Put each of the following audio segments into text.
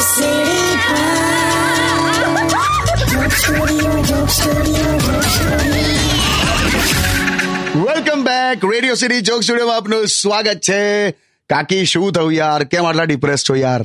સીડી welcome back radio city joke studio આપનું સ્વાગત છે કાકી શું થયું યાર કેમ આટલા ડિપ્રેસ છો યાર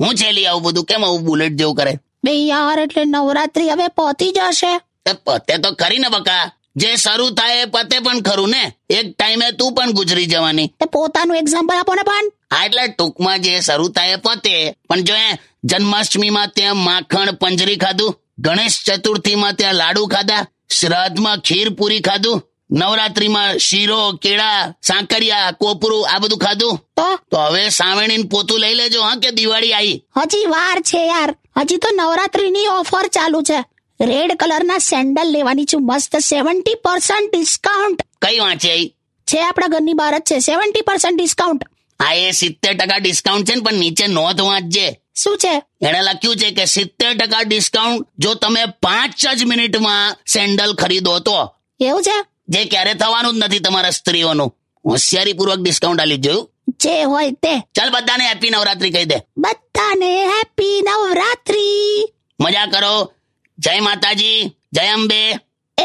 હું છેલી આવું બધું કેમ આવું બુલેટ જેવું કરે બે યાર એટલે નવરાત્રી હવે પહોંચી જશે તે પતે તો ખરી ને બકા જે શરૂ થાય એ પતે પણ ખરું ને એક ટાઈમે તું પણ ગુજરી જવાની તે પોતાનું એક્ઝામ્પલ આપો ને પણ હા એટલે ટૂંકમાં જે શરૂ થાય એ પતે પણ જો એ જન્માષ્ટમીમાં ત્યાં માખણ પંજરી ખાધું ગણેશ ચતુર્થીમાં ત્યાં લાડુ ખાધા શ્રાદ્ધમાં ખીર પૂરી ખાધું નવરાત્રીમાં શીરો કેળા સાંકરિયા કોપરું આ બધું ખાધું તો તો હવે સાવણીને પોતું લઈ લેજો હા કે દિવાળી આવી હજી વાર છે યાર હજી તો નવરાત્રીની ઓફર ચાલુ છે રેડ કલરના સેન્ડલ લેવાની છું મસ્ત સેવન્ટી પર્સન્ટ ડિસ્કાઉન્ટ કઈ વાંચી આવી છે આપણા ઘરની બહાર જ છે સેવન્ટી પર્સન્ટ ડિસ્કાઉન્ટ આ એ સિત્તેર ટકા ડિસ્કાઉન્ટ છે ને પણ નીચે નોંધ વાંચજે શું છે એણે લખ્યું છે કે સિત્તેર ટકા ડિસ્કાઉન્ટ જો તમે પાંચ જ મિનિટમાં સેન્ડલ ખરીદો તો એવું છે જે ક્યારે થવાનું જ નથી તમારા સ્ત્રીઓનું હોશિયારીપૂર્વક ડિસ્કાઉન્ટ આલી જોયું જે હોય તે ચાલ બધાને હેપી નવરાત્રી કહી દે બધાને હેપી નવરાત્રી મજા કરો જય માતાજી જય અંબે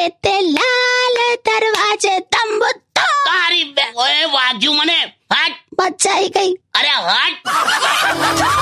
એ તે લાલ દરવાજે તંબુ તો તારી બે ઓએ વાગ્યું મને હાટ બચાઈ ગઈ અરે હાટ